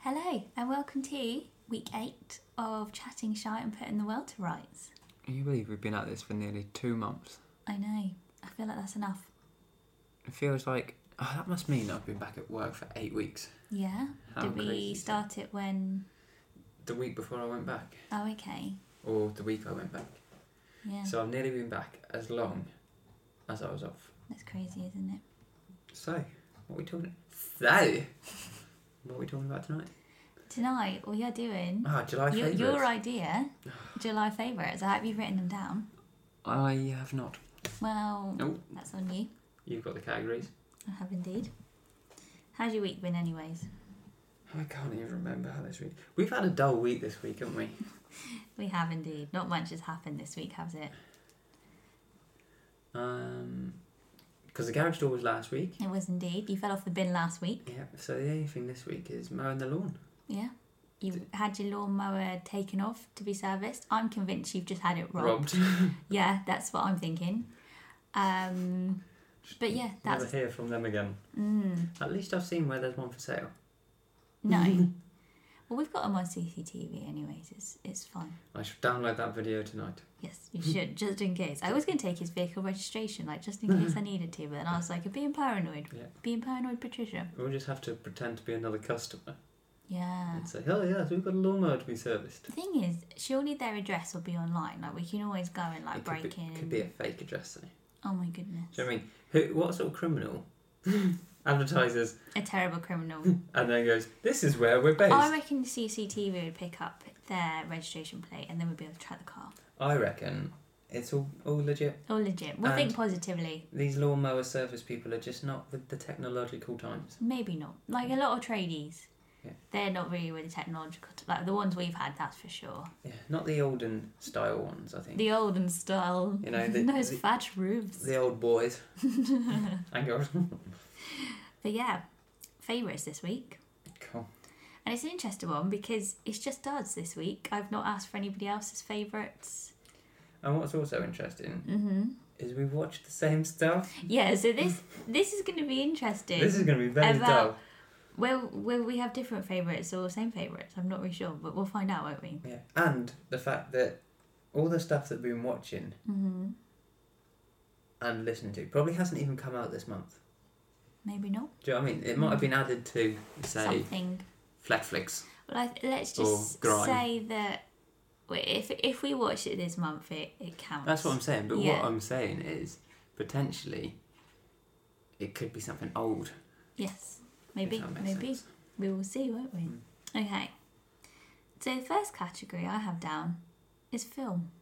Hello, and welcome to week eight of Chatting Shy and Putting the World to Rights. Can you believe we've been at this for nearly two months? I know, I feel like that's enough. It feels like oh, that must mean I've been back at work for eight weeks. Yeah? How Did crazy we is that? start it when. The week before I went back, Oh, okay. or the week I went back. Yeah. So I've nearly been back as long as I was off. that's crazy, isn't it? So, what are we talking? That. What are we talking about tonight? Tonight, all you're doing, Ah, July your, favourites. your idea, July favourites. I hope you've written them down. I have not. Well, Oh, that's on you. you've got the categories. I have indeed. How's your week been, anyways? I can't even remember how this week. We've had a dull week this week, haven't we? We have indeed. Not much has happened this week, has it? Um, because the garage door was last week. It was indeed. You fell off the bin last week. Yeah. So the only thing this week is mowing the lawn. Yeah. You had your lawnmower taken off to be serviced. I'm convinced you've just had it robbed. Yeah, that's what I'm thinking. Um, but yeah, Never that's hear from them again. mm, At least I've seen where there's one for sale. no. well, we've got them on CCTV, anyways. It's it's fine. I should download that video tonight. Yes, you should just in case. I was going to take his vehicle registration, like just in case I needed to, but then I was like, being paranoid, Yeah. being paranoid, Patricia. We'll just have to pretend to be another customer Yeah. and say, "Oh yes, we've got a lawnmower to be serviced." The thing is, surely their address will be online. Like we can always go and like it could break be, in. could be a fake address though. oh my goodness, Do you know what I mean? Who, what sort of criminal advertises a terrible criminal. and then goes, "This is where we're based"? I reckon CCTV would pick up their registration plate and then we'd be able to track the car. I reckon it's all all legit. All legit. We'll think And- positively. These lawnmower service people are just not with the technological times. Maybe not. Like a lot of tradies, Yeah. they're not really with the technological. T- like the ones we've had, that's for sure. Yeah, not the olden style ones. I think The olden style. You know, the- those the- thatch roofs. the old boys and girls. But yeah, favourites this week. Cool. And it's an interesting one because it's just us this week. I've not asked for anybody else's favourites. And what's also interesting Mm-hmm. is we've watched the same stuff. Yeah, so this this is going to be interesting. This is going to be very About- dull. Well, will we have different favourites or same favourites? I'm not really sure, but we'll find out, won't we? Yeah. And the fact that all the stuff that we've been watching Mm-hmm. and listening to probably hasn't even come out this month. Maybe not. Do you know what I mean? It might Mm. have been added to, say, Something. Flatflix. Well, I, th- let's Or just grime. say that well, if if we watch it this month, it, it counts. That's what I'm saying. But Yeah. what I'm saying is potentially it could be something old. if Yes, maybe, that makes maybe sense. Mm. we will see, won't we? Okay. So the first category I have down is film.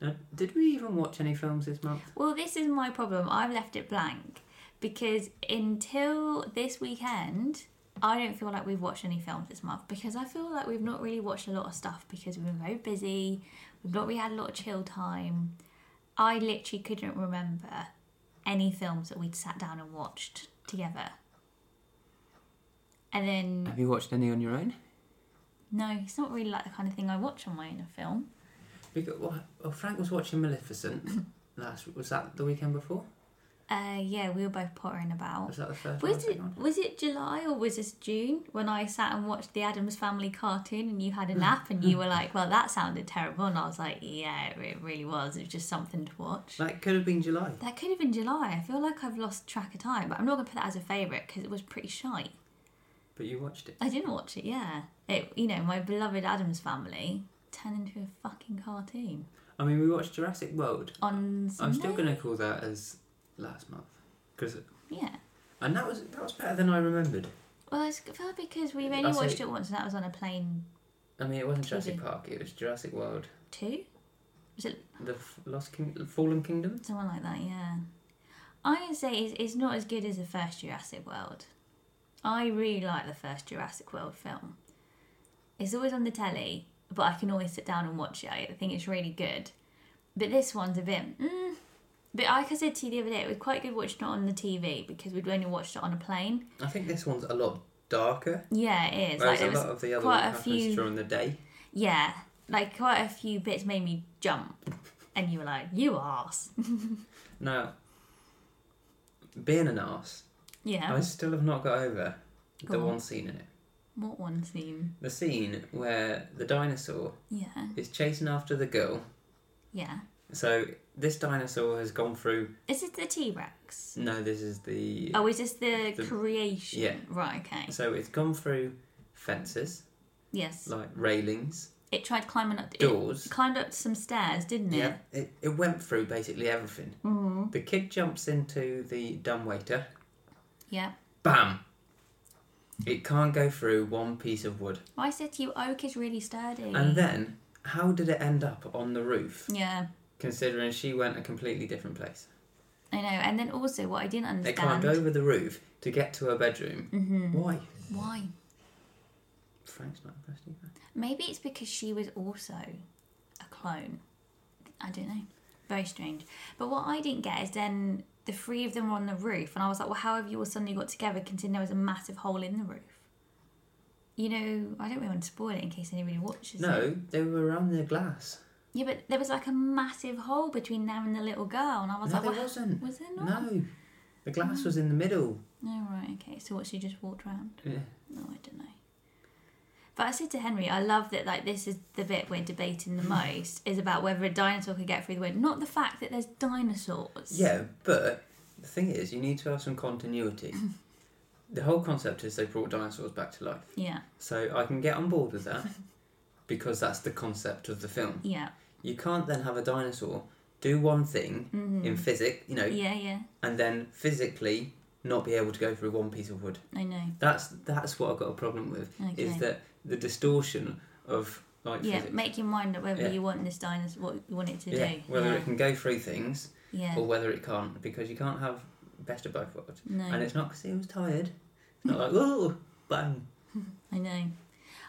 Now, did we even watch any films this month? Well, this is my problem. I've left it blank because until this weekend, I don't feel like we've watched any films this month because I feel like we've not really watched a lot of stuff because we've been very busy. We've not really had a lot of chill time. I literally couldn't remember any films that we'd sat down and watched together. And then, Have you watched any on your own? no, it's not really like the kind of thing I watch on my own a film. Because, well, well, Frank was watching Maleficent last. Was that the weekend before? Uh, yeah, we were both pottering about. Was that the first one or Was it second one? was it July or was this June when I sat and watched the Adams Family cartoon and you had a nap and you were like, "Well, that sounded terrible," and I was like, "Yeah, it really was. It was just something to watch." That could have been July. That could have been July. I feel like I've lost track of time, but I'm not gonna put that as a favourite because it was pretty shite. But you watched it. I didn't watch it. Yeah, it you know my beloved Adams Family turned into a fucking cartoon I mean, we watched Jurassic World. on. Sunday? I'm still going to call that as last month because Yeah. and that was that was better than I remembered. Well, it's well because we've only I'll say- watched it once, and that was on a plane I mean, it wasn't TV. Jurassic Park; it was Jurassic World, too. Was it the F- Lost King- the Fallen Kingdom. Someone like that, yeah. I would say it's, it's not as good as the first Jurassic World. I really like the first Jurassic World film. It's always on the telly, but I can always sit down and watch it. I think it's really good. But this one's a bit. Mm. But like I said to you the other day, it was quite good watching it on the TV because we'd only watched it on a plane. I think this one's a lot darker, Yeah, it Oh, is. whereas there a lot of the other quite one a happens few- during the day. yeah, like quite a few bits made me jump, and you were like, "You arse." Now, being an ass, yeah. I still have not got over Go the on. one scene in it What one scene? The scene where the dinosaur Yeah, is chasing after the girl. yeah. So this dinosaur has gone through. Is it the T Rex? No, this is the. Oh, is this the, The- creation? yeah. Right. Okay. So it's gone through fences, Yes. like railings, It tried climbing up. It doors. climbed up some stairs, didn't it? Yeah, it, it went through basically everything. hmm The kid jumps into the dumbwaiter. Yeah. Bam! It can't go through one piece of wood. I said to you, oak is really sturdy. And then, how did it end up on the roof? yeah, Considering she went a completely different place. I know. And then also, what I didn't It climbed understand. over the roof to get to her bedroom. hmm Why? Why? Frank's not impressed either. Maybe it's because she was also a clone. I don't know. Very strange. But what I didn't get is then the three of them were on the roof, and I was like, well, how have you all suddenly got together considering there was a massive hole in the roof? You know, I don't really want to spoil it in case anybody watches it. No, they were on the glass. Yeah, but there was like a massive hole between them and the little girl, and I was no, like, there well, wasn't. was there not? No. The Oh. glass was in the middle. No, right, okay. So what, she just walked around? Yeah. No, I don't know. But I said to Henry, I love that like this is the bit we're debating the most is about whether a dinosaur could get through the wood, not the fact that there's dinosaurs. Yeah, but the thing is, you need to have some continuity. the whole concept is they brought dinosaurs back to life. Yeah, So I can get on board with that because that's the concept of the film. yeah. You can't then have a dinosaur do one thing hmm in physic, you know, yeah, yeah. and then physically not be able to go through one piece of wood. I know. That's that's what I've got a problem with Okay. is that the distortion of like yeah, physics. make your mind up whether Yeah. you want this dinosaur what you want it to yeah, do. whether yeah. it can go through things yeah. or whether it can't because you can't have best of both worlds. no. And it's not because he was tired. It's not like, oh, bang. I know.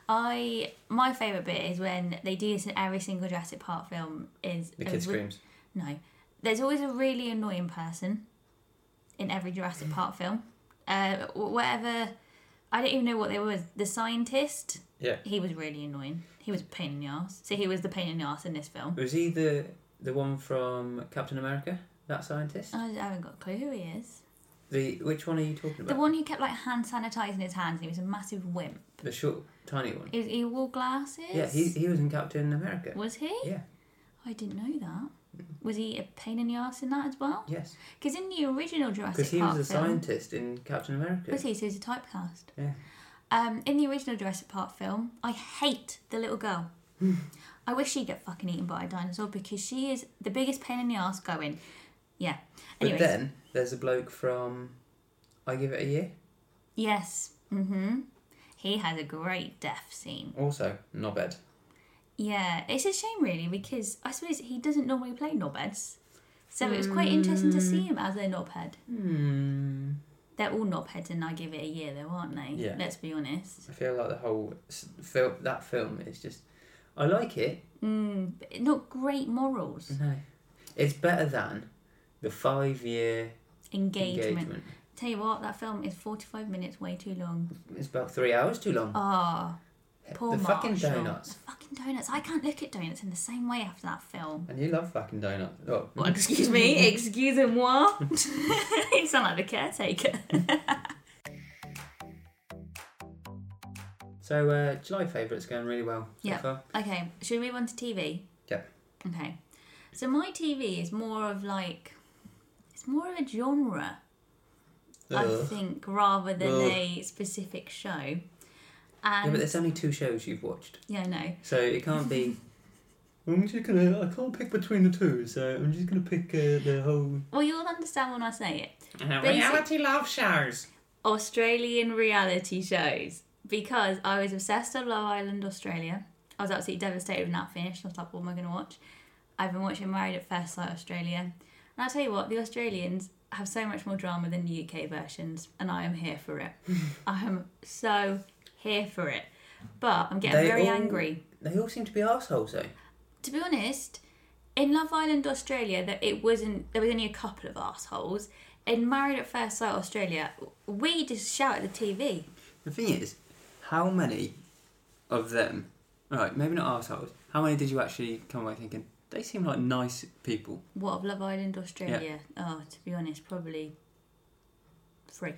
I my favourite bit is when they do this in every single Jurassic Park film is The a kid re- screams. No. There's always a really annoying person in every Mm. Jurassic Park film. Uh, wh- whatever. I don't even know what they were. The scientist. Yeah. He was really annoying. He was a pain in the ass. So he was the pain in the ass in this film. Was he the, the one from Captain America? That scientist? I haven't got a clue who he is. The Which one are you talking The about? one who kept like hand sanitizing his hands. and He was a massive wimp. The, short, tiny one. He, was, he wore glasses. Yeah, he, he was in Captain America. was he? Yeah, I didn't know that. Was he a pain in the ass in that as well? yes. Because in the original Jurassic Because he Park was a film, scientist in Captain America. Was he? So he's a typecast. Yeah. Um, in the original Jurassic Park film, I hate the little girl. I wish she'd get fucking eaten by a dinosaur because she is the biggest pain in the ass going. Yeah. But Anyways. then there's a bloke from I Give It a Year. yes. hmm He has a great death scene. Also, knobhead. Yeah. It's a shame really because I suppose he doesn't normally play knobheads. So it was quite interesting to Mm. see him as a knobhead. Hmm. They're all knobheads and I give it a year though, aren't they? Yeah. Let's be honest. I feel like the whole s- film, that film is just. I like it, Mm, but not great morals. No. It's better than the five year engagement. Engagement. Tell you what, that film is 45 minutes way too long. It's about three hours too long. Ah, poor the fucking Marshall. donuts. The fucking donuts. I can't look at donuts in the same way after that film. And you love fucking donuts. Oh. Well, excuse me, excuse me, moi. you sound like the caretaker. So, uh, July favourites going really well so Yeah. far. Okay, should we move on to TV? Yeah. Okay. So my TV is more of like, it's more of a genre. I Ugh. think, rather than Ugh. a specific show. Yeah, And but yeah, there's only two shows you've watched. no. So it can't be. I'm just gonna. I can't pick between the two, so I'm just gonna pick uh, the whole. Well, you'll understand when I say it. reality love shows. Australian reality shows because I was obsessed with Love Island Australia. I was absolutely devastated when that finished. I was like, what am I going to watch? I've been watching Married at First Sight Australia. And I'll tell you what, the Australians have so much more drama than the UK versions, and I am here for it. I am so here for it. But I'm getting They very all- angry. They all seem to be assholes, though. to be honest, in Love Island Australia, that it wasn't there was only a couple of assholes. In Married at First Sight Australia, we just shout at the TV. The thing is, how many of them, right, maybe not ourselves, how many did you actually come away thinking, they seem like nice people? What of Love Island Australia? Oh, to be honest, probably three.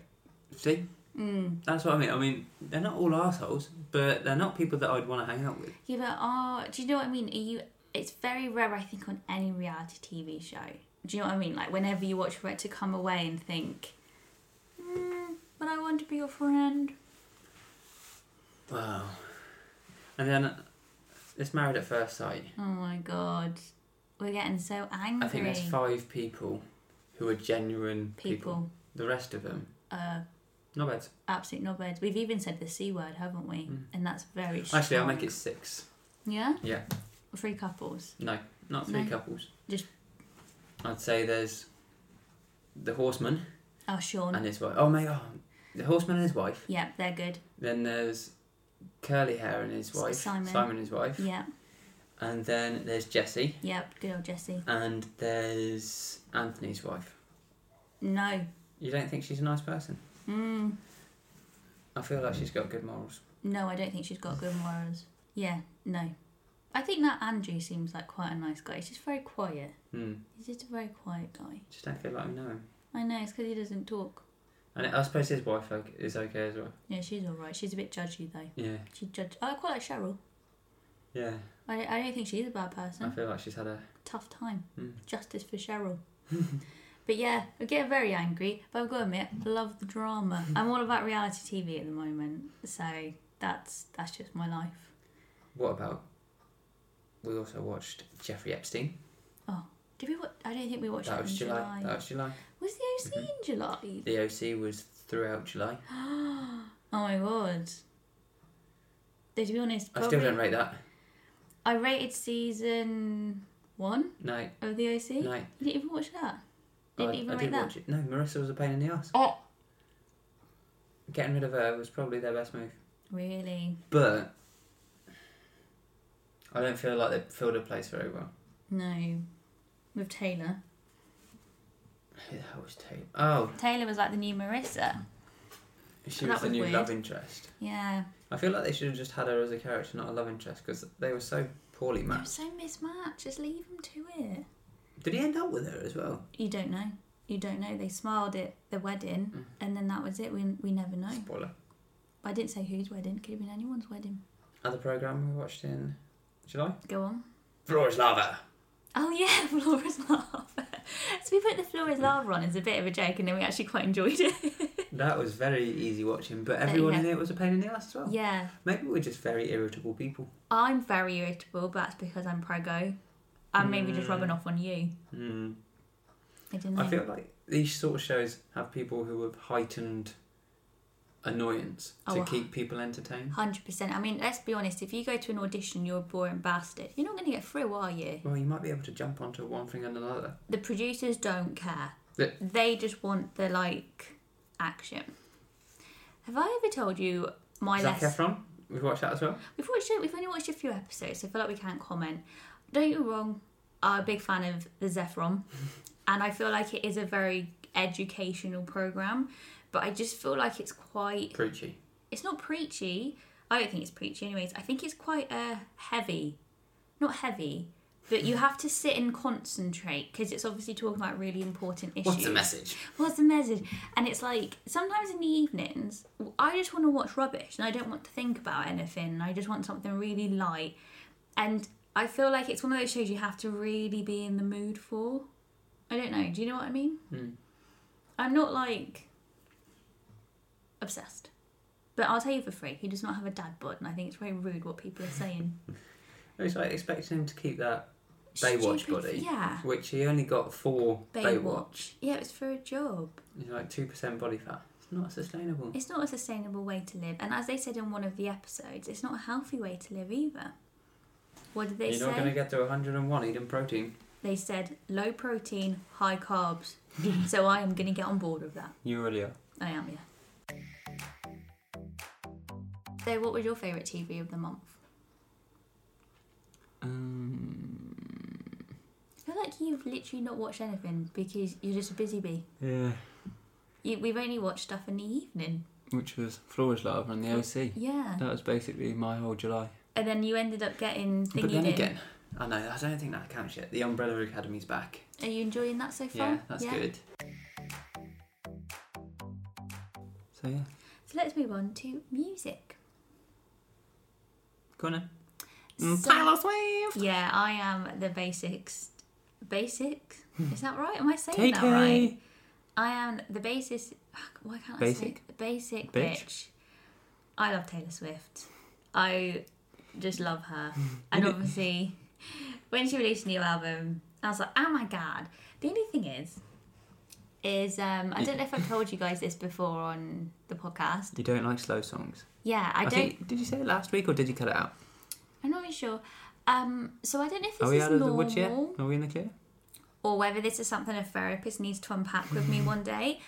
See? Mm. That's what I mean. I mean, they're not all assholes, but they're not people that I'd want to hang out with. Yeah, but are do you know what I mean? Are you? It's very rare, I think, on any reality TV show. Do you know what I mean? Like whenever you watch it, to come away and think, mm, "But I want to be your friend." Wow. And then it's married at first sight. Oh my god, we're getting so angry. I think there's five people who are genuine people. people. The rest of them, Uh, not bad. absolute knobheads. We've even said the c word, haven't we? Mm. And that's very. Actually, I'll strong. make it six. Yeah. Yeah. Three couples. No, not three No. couples. Just- I'd say there's the horseman Oh, Sean. and his wife. Oh my god, the horseman and his wife. yeah, they're good. Then there's curly hair and his S- wife. Simon. and his wife. Yeah, And then there's Jesse. yeah. Good old Jesse. And there's Anthony's wife. No. You don't think she's a nice person? Mm. I feel like she's got good morals. No, I don't think she's got good morals. Yeah, no. I think that Andrew seems like quite a nice guy. He's just very quiet. Hmm. He's just a very quiet guy. Just don't feel like we know him. I know, it's because he doesn't talk. And I suppose his wife like, is okay as well. Yeah, she's alright. She's a bit judgy though. Yeah. She judge. I quite like Cheryl. Yeah. I, I don't think she's a bad I person. feel like she's had a. Tough time. Mm. Justice for Cheryl. but yeah, I get very angry. But I've got to admit, I love the drama. I'm all about reality TV at the moment. So that's that's just my life. What about? We also watched Jeffrey Epstein. Did we? Watch, I don't think we watched that it was in July. July. That was Mm-hmm. July. Was the OC in July? The OC was throughout July. oh my god. Though, to be honest, I still probably- don't rate that. I rated season one No, of the OC. no. I, You didn't even watch that. Didn't I even rate did that. watch it. No, Marissa was a pain in the ass. Oh. Getting rid of her was probably their best move. Really? But I don't feel like they filled a place very well. No. With Taylor. Who the hell was Taylor? Oh, Taylor was like the new Marissa. she That was the was new weird. love interest. Yeah. I feel like they should have just had her as a character, not a love interest, because they were so poorly They're matched. so mismatched. Just leave them to it. Did he end up with her as well? You don't know. You don't know. They smiled at the wedding, Mm. and then that was it. We, we never know. Spoiler. But I didn't say whose wedding. Could have been anyone's wedding. Other program we watched in July. Go on. Flora's lava. Oh yeah, Flora's lava. so we put the Flora's lava on as a bit of a joke, and then we actually quite enjoyed it. That was very easy watching, but you everyone in go. it was a pain in the ass as well. yeah, Maybe we're just very irritable people. I'm very irritable, but that's because I'm prego. I'm maybe just Mm. rubbing off on you. Mm. I don't know. I feel like these sort of shows have people who have heightened annoyance to Oh, keep people entertained. Hundred percent. I mean, let's be honest. If you go to an audition, you're a boring bastard. You're not going to get through, are you? Well, you might be able to jump onto one thing and another. The producers don't care. Yeah. They just want the like action. Have I ever told you my Zac lesson? Efron, we've watched that as well. We've watched it. We've only watched a few episodes, so I feel like we can't comment. Don't get me wrong. I'm a big fan of the Zephron, and I feel like it is a very educational program. But I just feel like it's quite. Preachy. It's not preachy. I don't think it's preachy, anyways. I think it's quite uh, heavy, not heavy, but you have to sit and concentrate because it's obviously talking about really important issues. What's the message? What's the message? And it's like sometimes in the evenings, I just want to watch rubbish and I don't want to think about anything. And I just want something really light. And I feel like it's one of those shows you have to really be in the mood for. I don't know. Do you know what I mean? Mm. I'm not like obsessed. But I'll tell you for free, he does not have a dad bod, and I think it's very rude what people are saying. It was like expecting him to keep that, Baywatch Stupid- body. Yeah. which he only got for Baywatch. Baywatch. Yeah, it's for a job. He's like two percent body fat. It's not sustainable. It's not a sustainable way to live, and as they said in one of the episodes, it's not a healthy way to live either. What did they You're say? not going to get to 101 eating protein. They said low protein, high carbs. so I am going to get on board with that. You really are. I am, yeah. So, what was your favourite TV of the month? Um, I feel like you've literally not watched anything because you're just a busy bee. yeah, You, we've only watched stuff in the evening. which was Flora's Lava and the OC. Yeah. That was basically my whole July. And then you ended up getting thingy but then din. again, I know, I don't think that counts yet. The Umbrella Academy's back. Are you enjoying that so far? Yeah, that's good. So yeah, So let's move on to music. Go on then. Mm, Mm, So- Swift. Yeah, I am the basics. Basic? Hmm. Is that right? Am I saying that right? KK. I am the basis. Why can't Basic. I say basic Bitch. bitch? I love Taylor Swift. I just love her, and obviously, when she released a new album, I was like, oh my god. The only thing is, is um, I don't know if I've told you guys this before on the podcast. You don't like slow songs. Yeah, I don't. Think, did you say it last week or did you cut it out? I'm not really sure. Um, so I don't know if this Are we is out of normal. the woods yet? Are we in the clear? or whether this is something a therapist needs to unpack with me one day.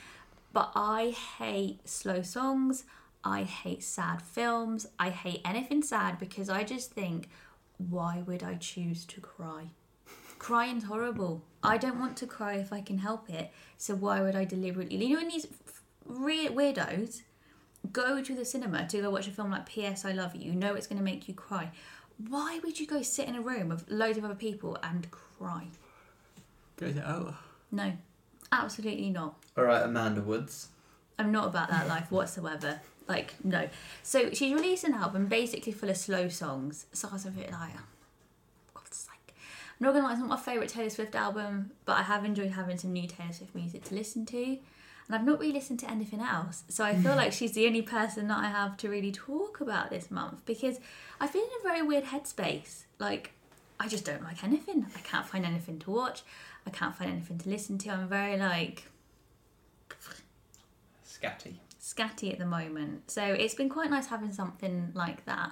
But I hate slow songs. I hate sad films. I hate anything sad because I just think, why would I choose to cry? Crying's horrible. I don't want to cry if I can help it. So why would I deliberately? You know, when these f- re- weirdos go to the cinema to go watch a film like P.S. I Love You, you know it's going to make you cry. Why would you go sit in a room of loads of other people and cry? Goes out. No, absolutely not. All right, Amanda Woods. I'm not about that life whatsoever. Like, no. So she's released an album basically full of slow songs. So I was a bit like, oh, for God's sake. I'm not gonna lie, it's not my favourite Taylor Swift album, but I have enjoyed having some new Taylor Swift music to listen to. And I've not really listened to anything else. So I feel like she's the only person that I have to really talk about this month because I've been in a very weird headspace. Like, I just don't like anything. I can't find anything to watch. I can't find anything to listen to. I'm very like, Scatty. scatty at the moment. So it's been quite nice having something like that.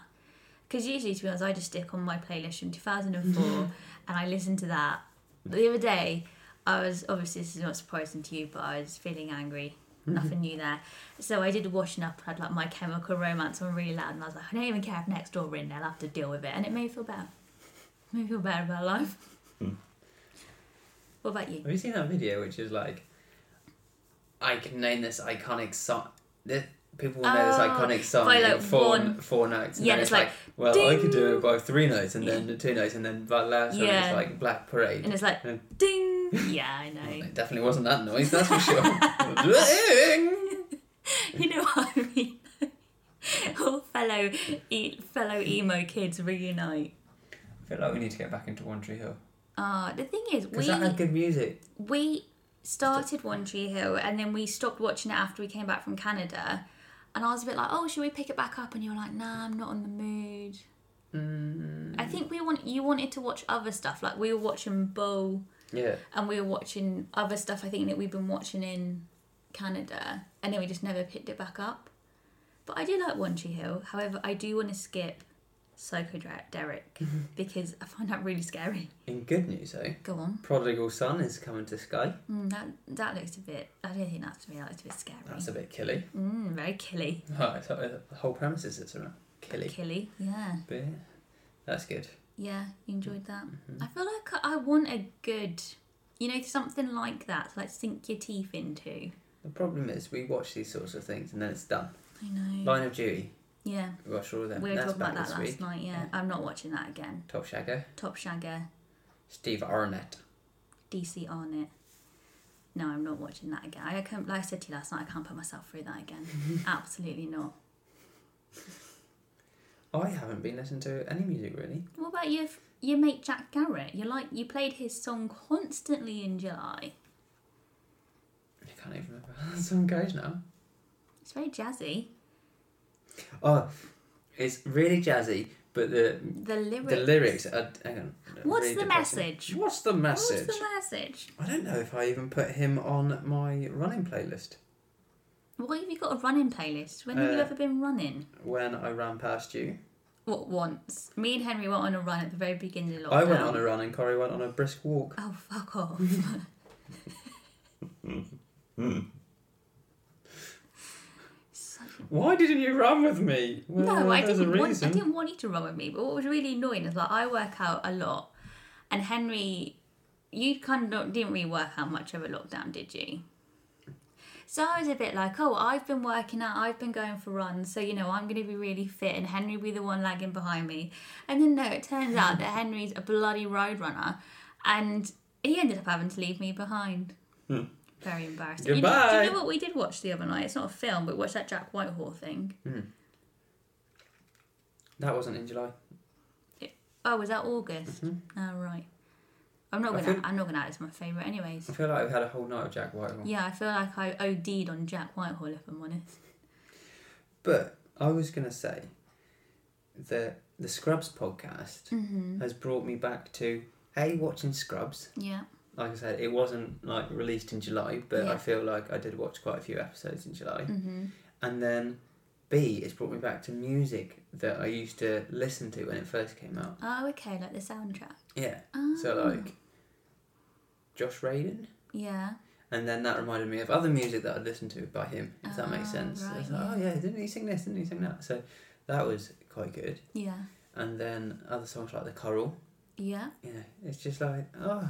Because usually, to be honest, I just stick on my playlist from 2004 and I listen to that. The other day, I was obviously, this is not surprising to you, but I was feeling angry. Nothing new there. So I did washing up. I had like my chemical romance on really loud, and I was like, I don't even care if next door in, I'll have to deal with it. And it made me feel better. Made me feel better about life. What about you? Have you seen that video which is like, I can name this iconic song. This, people will know this Oh, iconic song by, in like, four, one- four notes. And Yeah, then it's it's like, like, well, I could do ding. it by three notes and then two notes and then by the last one Yeah. it's like Black Parade. And it's like, And- ding! Yeah, I know. it definitely wasn't that noise, that's for sure. Ding! You know what I mean? All fellow e- fellow emo kids reunite. I feel like we need to get back into One Tree Hill. Ah, the thing is, Because we that had good music. we started One Tree Hill and then we stopped watching it after we came back from Canada. And I was a bit like, oh, should we pick it back up? And you were like, nah, I'm not on the mood. I think we want you wanted to watch other stuff. Like we were watching Bull Yeah. and we were watching other stuff. I think that we've been watching in Canada, and then we just never picked it back up. But I do like One Tree Hill. However, I do want to skip Psychodelic Mm-hmm. because I find that really scary. In good news, though, Go on. Prodigal Son is coming to Sky. Mm, that that looks a bit. I don't think that's to me. That looks a bit scary. That's a bit killy. mm, very killy. Oh, it's, the whole premise is it's around killy. Killy. Yeah. But yeah, that's good. Yeah. You enjoyed that. Mm-hmm. I feel like I, I want a good, you know, something like that. to, Like sink your teeth into. The problem is we watch these sorts of things and then it's done. I know. Line of Duty, yeah. we watched all of them. Mm. We were that's talking back about that last this week. night. Yeah. I'm not watching that again. Top Shagger, Top Shagger, Steve Arnett. DC Arnett. No, I'm not watching that again. I can't, like I said to you last night, I can't put myself through that again. Absolutely not. I haven't been listening to any music really. What about your f- your mate Jack Garrett? You like you played his song constantly in July. I can't even remember how that song goes now. It's very jazzy. Oh, it's really jazzy, but the The lyrics. the lyrics are. Hang on. What's really the depressing. message? What's the message? What's the message? I don't know if I even put him on my running playlist Why have you got a running playlist? When have you Uh, ever been running? when I ran past you. What once? Me and Henry went on a run at the very beginning of lockdown. I went on a run and Corey went on a brisk walk. Oh fuck off! Such a Why didn't you run with me? Well, no, I there's didn't a want. I reason. didn't want you to run with me. But what was really annoying is like I work out a lot, and Henry, you kind of not, didn't really work out much over lockdown, did you? So I was a bit like, oh, I've been working out, I've been going for runs, so you know I'm going to be really fit, and Henry will be the one lagging behind me. And then no, it turns out that Hmm. Henry's a bloody road runner, and he ended up having to leave me behind. Very embarrassing. You know- do Goodbye. you know what we did watch the other night? It's not a film, but we watched that Jack Whitehall thing. That wasn't in July. Oh, was that August? Oh, right. I'm not Mm-hmm. I gonna. think- I'm not gonna. add It's my favourite, anyways. I feel like I've had a whole night of Jack Whitehall. Yeah, I feel like I OD'd on Jack Whitehall if I'm honest. But I was going to say that the Scrubs podcast Mm. has brought me back to A, watching Scrubs. Yeah. Like I said, it wasn't like released in July, but Yeah. I feel like I did watch quite a few episodes in July. Mm-hmm. And then B, it's brought me back to music that I used to listen to when it first came out. Oh, okay. Like the soundtrack. Yeah. Oh. So like Josh Radin. Yeah. And then that reminded me of other music that I'd listened to by him, if that makes Oh, sense. I was right, like, oh yeah, didn't he sing this? Didn't he sing that? So that was quite good. Yeah. And then other songs like The Coral. Yeah. You know, it's just like, oh,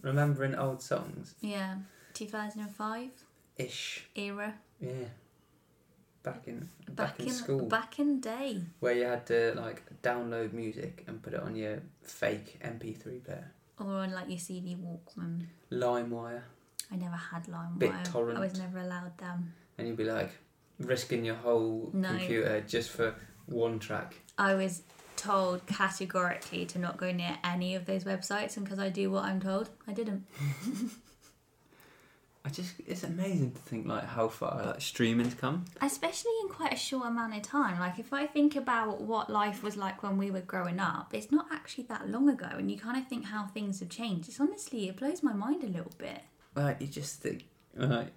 remembering old songs. Yeah. 2005 Ish. era. Yeah. Back in back, Back, in, school. Back in day. Where you had to like download music and put it on your fake MP3 player. Or on like your CD Walkman. LimeWire. I never had LimeWire. BitTorrent. I was never allowed them. And you'd be like risking your whole No. computer just for one track. I was told categorically to not go near any of those websites, and because I do what I'm told, I didn't. I just it's amazing to think like how far like streaming's come. Especially in quite a short amount of time. Like, if I think about what life was like when we were growing up, it's not actually that long ago, and you kind of think how things have changed. It's honestly, it blows my mind a little bit. Like you just think like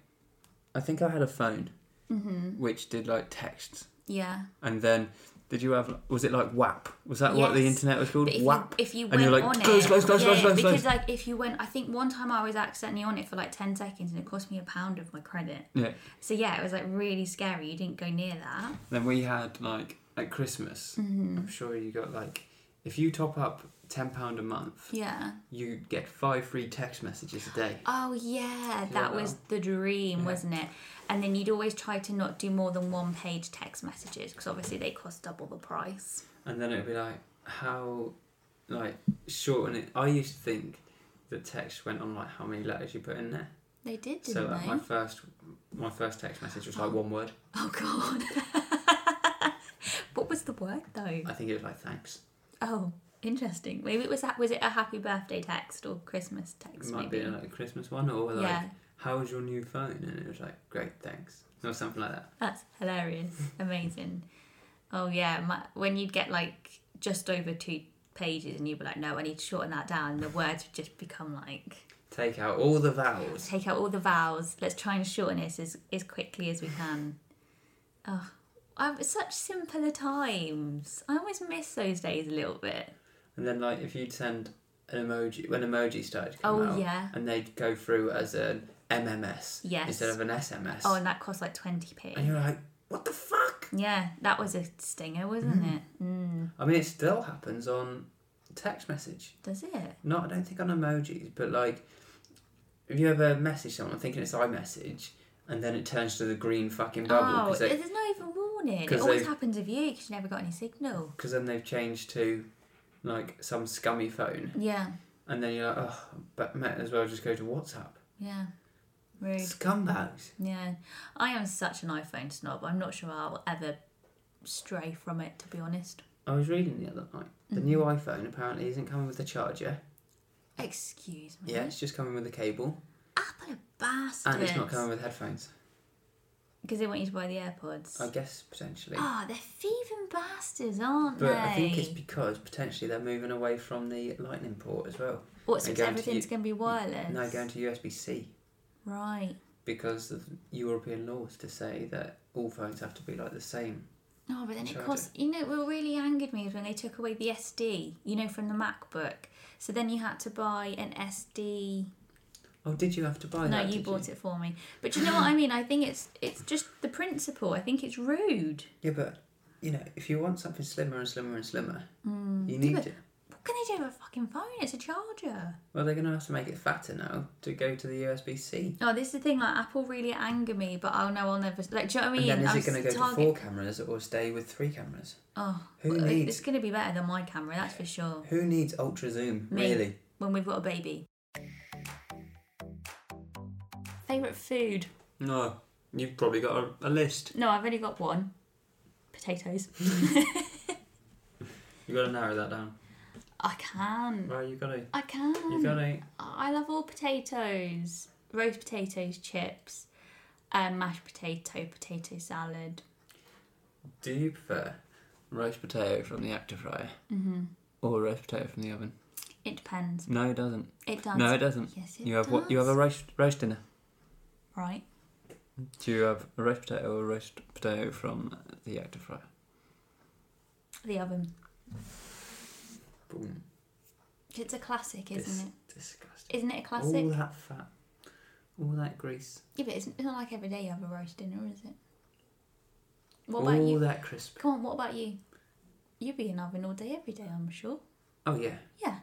I think I had a phone Mm-hmm. which did like texts Yeah. and then did you have was it like WAP? Was that what the Yes. internet was called? But if WAP. you, if you And went you're like, on close, it, close, close, yeah, close, close, because close. like if you went, I think one time I was accidentally on it for like ten seconds and it cost me a pound of my credit. Yeah. So yeah, it was like really scary. You didn't go near that. Then we had like at Christmas. Mm-hmm. I'm sure you got like if you top up ten pound a month, Yeah. you get five free text messages a day. Oh yeah, Do you that remember? was the dream, Yeah. wasn't it? And then you'd always try to not do more than one page text messages because obviously they cost double the price. And then it'd be like, how, like, shorten it. I used to think the text went on like how many letters you put in there. They did, didn't So like they? my first, my first text message was like one word. Oh god. what was the word though? I think it was like thanks. Oh, interesting. Maybe it was that. Was it a happy birthday text or Christmas text? It might maybe. be like a Christmas one or like, Yeah. how was your new phone? And it was like, great, thanks, or something like that. That's hilarious. Amazing. Oh yeah, my, when you'd get like just over two pages and you'd be like, no, I need to shorten that down. The words would just become like, Take out all the vowels. take out all the vowels. Let's try and shorten this as as quickly as we can. Oh, I've, such simpler times. I always miss those days a little bit. And then like if you'd send an emoji when emoji started to come Oh out, yeah. and they'd go through as an MMS Yes. instead of an SMS. Oh, and that cost like twenty p. and you're like, what the fuck? Yeah, that was a stinger, wasn't it? Mm, I mean, it still happens on text message. does it? Not, I don't think on emojis, but like, have you ever messaged someone thinking it's iMessage, and then it turns to the green fucking bubble Oh, because there's no even warning. It 'cause always they- happens with you because you never got any signal. then they've changed to like some scummy phone, Yeah, and then you're like, oh, but might as well just go to WhatsApp. yeah. Rude. Scumbags. Yeah. I am such an iPhone snob. I'm not sure I'll ever stray from it, to be honest. I was reading the other night. The new Mm-hmm. iPhone apparently isn't coming with a charger. Excuse me. Yeah, it's just coming with a cable, Apple are bastards. and it's not coming with headphones. Because they want you to buy the AirPods. I guess potentially. Oh, they're thieving bastards, aren't But they? I think it's because potentially they're moving away from the Lightning port as well. What's they're because going to everything's u- going to be wireless? Now going to USB C Right. because of European laws to say that all phones have to be like the same. No, but then it Charger. costs. You know, what really angered me was when they took away the SD. You know, from the MacBook. So then you had to buy an SD. Oh, did you have to buy no, that? you bought it for me. But you know what I mean. I think it's it's just the principle. I think it's rude. Yeah, but you know, if you want something slimmer and slimmer and slimmer, you Yeah, need but- it. What can they do with a fucking phone? It's a charger. Well, they're going to have to make it fatter now to go to the USB C. Oh, this is the thing. Like Apple really anger me, but I'll know I'll never. Like, do you know what I And mean? then is I'm it going to s- go target- to four cameras or stay with three cameras? Oh, Who well, needs- It's going to be better than my camera. That's for sure. Who needs ultra zoom? Me. Really? When we've got a baby. Favourite food? No, you've probably got a, a list. No, I've only got one. Potatoes. You got to narrow that down. I can. Right, you got to. I can. You got to. I love all potatoes. Roast potatoes, chips, um, mashed potato, potato salad. Do you prefer Roast potato from the actor fryer hmm or roast potato from the oven? It depends. No, it doesn't. It does. No, it doesn't. Yes, it You have what? You have a does. roast roast dinner. Right. Do you have a roast potato or a roast potato from the actor fryer? The oven. boom? It's a classic, isn't This- it? Disgusting. Isn't it a classic? All that fat, all that grease, Yeah, but it's it's not like every day you have a roast dinner, is it? What about all you? that crisp. Come on, what about you? You be in oven all day, every day, I'm sure. Oh yeah, Yeah.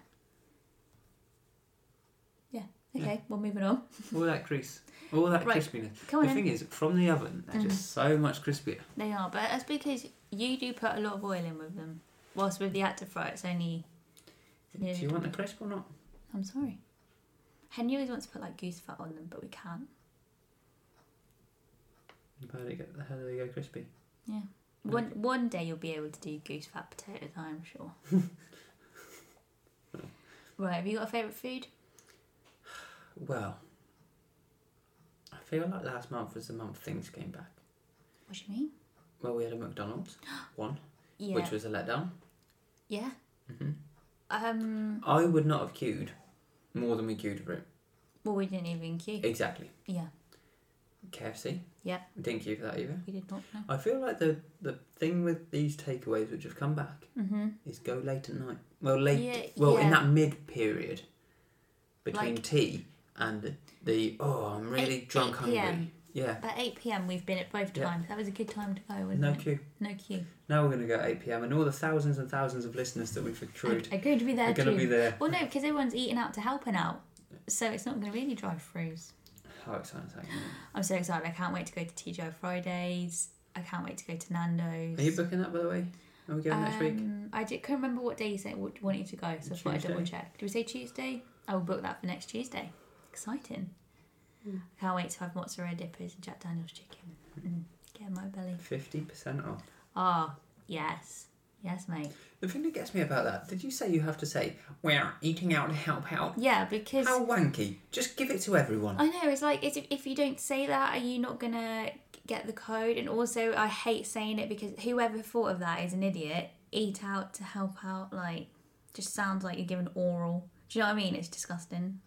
Yeah. Yeah. Okay, well, moving on. all that grease, all that Right. crispiness. Come on Mm-hmm. the in. thing is, from the oven, they're just so much crispier. They are, but that's because you do put a lot of oil in with them. Whilst with the actor fry, it's only. it's Do nearly you want the done. crisp or not? I'm sorry. Henry always wants to put like goose fat on them, but we can't. How do they go, how do they go crispy? Yeah. Okay. One one day you'll be able to do goose fat potatoes, I'm sure. right, have you got a favourite food? Well, I feel like last month was the month things came back. What do you mean? Well, we had a McDonald's one, Yeah. which was a letdown. yeah. hmm Um. I would not have queued more than we queued for it. Well, we didn't even queue. Exactly. yeah, KFC. Yeah. Didn't queue for that either. we did not know. I feel like the the thing with these takeaways which have come back Mm-hmm. is go late at night. Well, late. Yeah, well, yeah. in that mid period between Like- tea and the oh, I'm really Eight- drunk 8 hungry. PM. Yeah. At 8 pm, we've been at both Yeah. times. That was a good time to go, wasn't No it? queue. No queue. Now we're going to go at 8 pm, and all the thousands and thousands of listeners that we've accrued I, agree to be there are going to too. be there. Well, no, because everyone's eating out to helping out, so it's not going to be any drive-throughs. How exciting is that gonna be? I'm so excited! I can't wait to go to TGI Fridays. I can't wait to go to Nando's. Are you booking that, by the way? Are we going next week? Um, I did, couldn't remember what day you said what- wanted to go, so I thought I Tuesday. double check. Did we say Tuesday? I will book that for next Tuesday. Exciting! Hmm. I can't wait to have mozzarella dippers and Jack Daniel's chicken. Mm. Get in my belly. 50% off. Ah, yes, yes, mate. The thing that gets me about that, did you say you have to say, we're eating out to help out? Yeah, because How wanky. Just give it to everyone. I know it's like it's, if you don't say that, are you not gonna get the code? And also, I hate saying it because whoever thought of that is an idiot. Eat out to help out, like, just sounds like you're giving oral. Do you know what I mean? It's disgusting.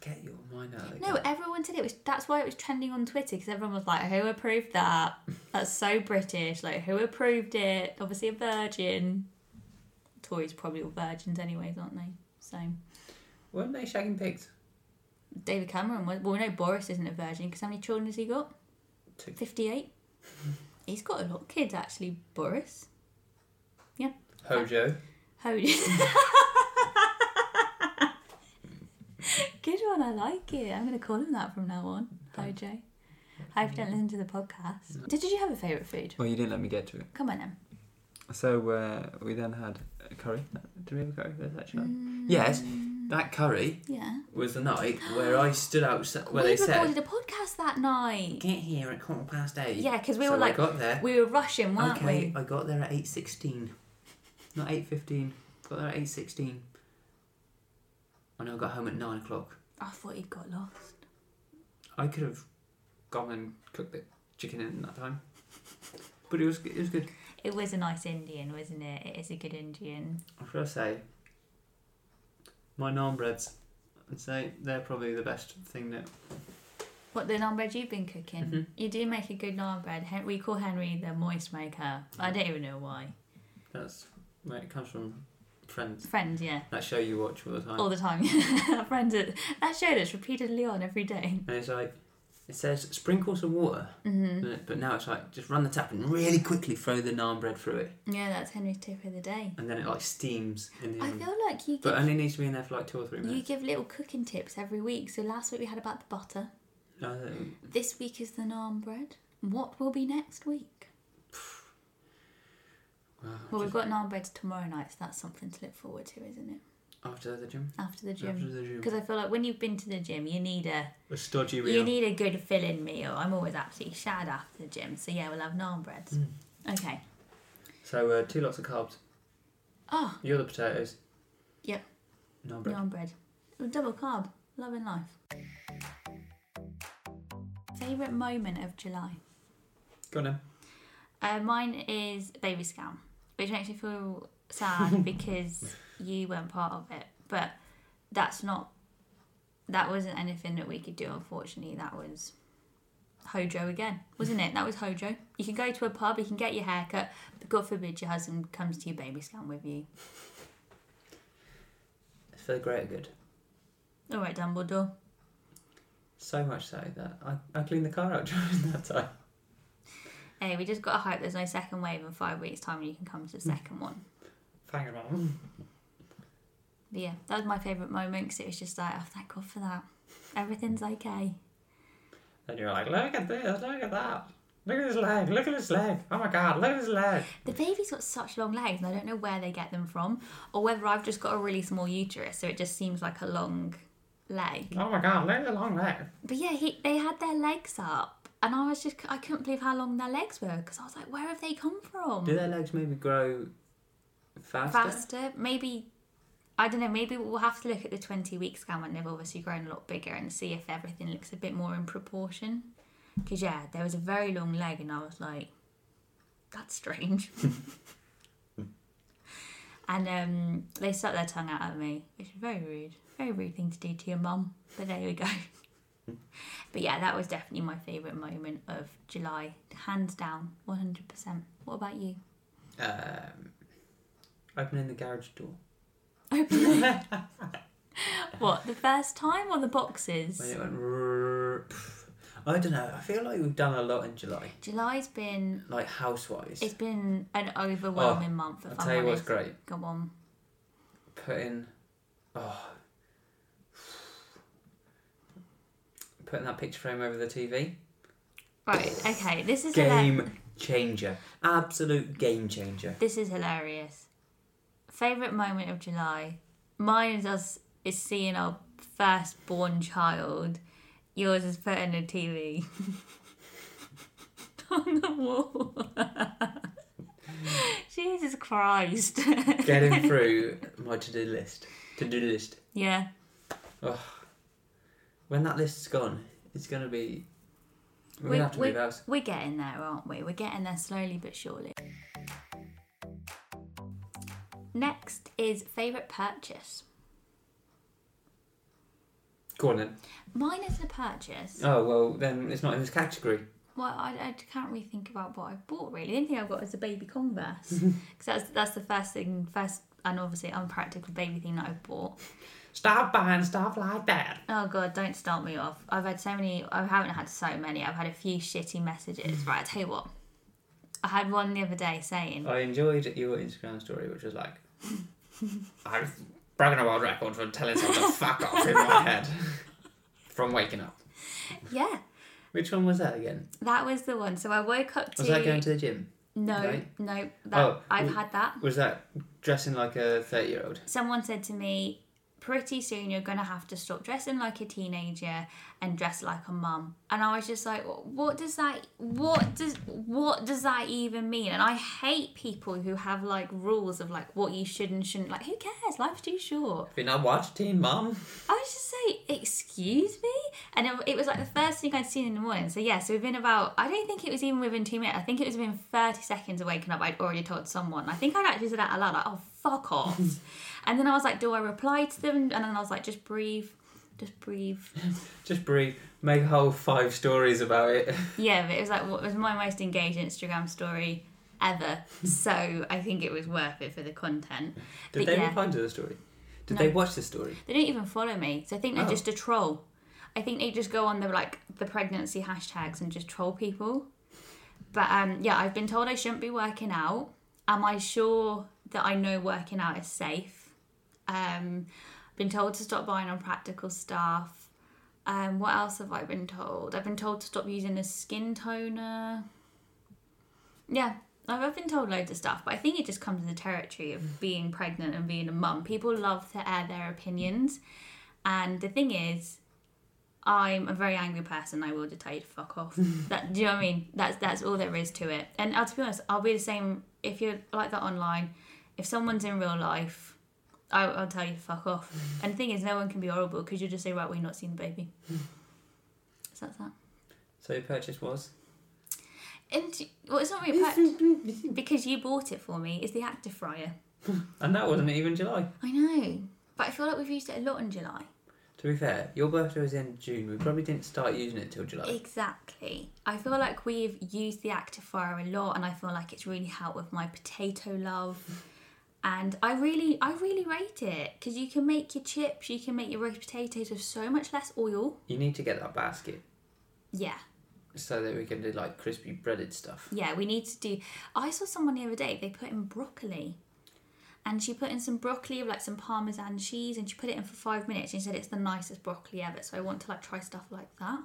Get your mind out of it. No, everyone did it. it was, that's why it was trending on Twitter because everyone was like, "Who approved that? That's so British. Like, who approved it? Obviously, a virgin. Tories probably all virgins, anyways, aren't they? So." Weren't they shagging pigs? David Cameron was. Well, no, Boris isn't a virgin because how many children has he got? Two. 58. He's got a lot of kids, actually, Boris. Hojo. Holy. Mm. Good one, I like it. I'm going to call him that from now on. Hojo. Hope you don't listen to the Mm. podcast. Did, did you have a favourite food? Well, you didn't let me get to it. Come on, then. So uh, we then had a curry. Did we have a curry? There's actually. Mm. Yes, that curry Yeah. was the night where I stood outside where we they said recorded a podcast that night. get here at quarter past eight. Yeah, because we so were like, I got there. we were rushing, weren't okay, we? I got there at eight sixteen, not eight fifteen. Got there at eight sixteen. And I got home at nine o'clock. I thought he'd got lost. I could have gone and cooked the chicken in that time, but it was it was good. It was a nice Indian, wasn't it? It is a good Indian. I should say, my naan breads, I'd say they're probably the best thing that What the naan bread you've been cooking? Mhm. You do make a good naan bread. Hen- we call Henry the moist maker. I don't even know why. that's where it comes from. Friends, Friends, yeah, that show you watch all the time. all the time. Friends, that that show that's repeatedly on every day. And it's like, it says sprinkle some water, Mm-hmm. doesn't it? but now it's like just run the tap and really quickly throw the naan bread through it, Yeah, that's Henry's tip of the day. and then it like steams in the I oven. feel like you But give, only needs to be in there for like two or three you minutes. give little cooking tips every week. So last week we had about the butter. I don't- This week is the naan bread. What will be next week? wow, Well, we've got just- naan breads tomorrow night, so that's something to look forward to, isn't it? After the gym? after the After gym. the gym. Because I feel like when you've been to the gym, you need a A stodgy meal. you need a good fill-in meal. I'm always absolutely shad after the gym, so yeah, we'll have naan breads. Mm. Okay. So uh, two lots of carbs. Oh, You're the potatoes. Yep. No bread. naan bread, Oh, double carb, love and life. Favorite moment of July. Go on then. Uh, mine is baby scam, which makes me feel sad because you weren't part of it. But that's not. That wasn't anything that we could do, unfortunately. That was Hojo again, wasn't it? That was Hojo. You can go to a pub, you can get your haircut, but God forbid your husband comes to your baby scam with you. It's for the greater good. All right, Dumbledore. So much so that I, I cleaned the car out during that time. Hey, we just got to hope there's no second wave in five weeks' time and you can come to the second one. Thank you, Mum. But yeah, that was my favourite moment because it was just like, oh, thank God for that. Everything's okay. And you're like, look at this, look at that. Look at his leg, look at his leg. Oh my god, look at his leg. The baby's got such long legs, and I don't know where they get them from, or whether I've just got a really small uterus, so it just seems like a long leg. Oh my god, look at the long leg. But yeah, he, they had their legs up, and I was just, I couldn't believe how long their legs were, because I was like, where have they come from? Do their legs maybe grow faster? Faster? Maybe, I don't know, maybe we'll have to look at the 20 week scan when they've obviously grown a lot bigger and see if everything looks a bit more in proportion. Because yeah, there was a very long leg, and I was like, that's strange. and um, they stuck their tongue out at me, which is very rude. Very rude thing to do to your mum. But there we go. but yeah, that was definitely my favourite moment of July, hands down, 100%. What about you? Um, opening the garage door. What, the first time or the boxes? When it went. rrrr, pff. I don't know. I feel like we've done a lot in July, July's been like housewise. it's been an overwhelming month. If Oh, I'll I'm tell you what's honest. great. Go on. Putting, oh, putting that picture frame over the TV. Right. Okay. This is hila- Game changer. Absolute game changer. this is hilarious. Favorite moment of July. Mine is us is seeing our firstborn child. Yours is putting a TV on the wall. Jesus Christ. Getting through my to-do list. To-do list. yeah. When that list's gone, it's gonna be. We're gonna have to we, move house. we're getting there, aren't we? We're getting there slowly but surely. Next is favourite purchase. Go on then. Mine isn't a purchase. Oh well, then it's not in this category. Well, I, I can't really think about what I bought really. The only thing I've got is a baby Converse. Because that's, that's the first thing, first and obviously unpractical baby thing that I've bought. Stop buying stuff like that. Oh god, don't start me off. I've had so many. I haven't had so many. I've had a few shitty messages. Right, I tell you what. I had one the other day saying, I enjoyed your Instagram story, which was like, I've broken a world record for telling someone to fuck off in my head from waking up. Oh. "Yeah, Which one was that again? that was the one." So I woke up to. Was that going to the gym? No, Right? no, that, Oh, I've well- had that. Was that dressing like a 30 year old? Someone said to me, pretty soon you're going to have to stop dressing like a teenager and dress like a mum. And I was just like, what does that, what does, what does that even mean? And I hate people who have like rules of like what you should and shouldn't, like who cares? Life's too short. Have you not watched Teen Mom? I was just like, excuse me? And it- it was like the first thing I'd seen in the morning. So, yeah, so within about, I don't think it was even within two minutes. I think it was within 30 seconds of waking up, I'd already told someone. I think I'd actually said that out loud, like, oh, fuck off. and then I was like, do I reply to them? And then I was like, just breathe, just breathe. Just breathe. Make a whole five stories about it. yeah, but it was like, what was my most engaged Instagram story ever. so, I think it was worth it for the content. Did But they yeah. reply to the story? No. Did they watch the story? They don't even follow me, so I think they're Oh. just a troll. I think they just go on the like the pregnancy hashtags and just troll people. But um, yeah, I've been told I shouldn't be working out. Am I sure that I know working out is safe? Um, been told to stop buying unpractical stuff. Um, what else have I been told? I've been told to stop using a skin toner. Yeah, I've, I've been told loads of stuff, but I think it just comes with the territory of being pregnant and being a mum. People love to air their opinions, and the thing is, I'm a very angry person. I will just tell you to fuck off. that do you know what I mean? That's that's all there is to it. And uh, to be honest, I'll be the same if you're like that online. If someone's in real life, I, I'll tell you to fuck off. And the thing is, no one can be horrible because you just say, right, we've not seen the baby. so that's that. So your purchase was And do- well, it's not really a purchase because you bought it for me. Is the active fryer? and that wasn't even July. I know, but I feel like we've used it a lot in July. To be fair, your birthday was in June. We probably didn't start using it till July. Exactly. I feel like we've used the Actifier a lot, and I feel like it's really helped with my potato love. And I really, I really rate it because you can make your chips, you can make your roast potatoes with so much less oil. You need to get that basket Yeah, so that we can do like crispy breaded stuff. yeah. We need to do. I saw someone the other day. They put in broccoli, and she put in some broccoli with like some parmesan cheese, and she put it in for five minutes. And she said it's the nicest broccoli ever. So I want to like try stuff like that.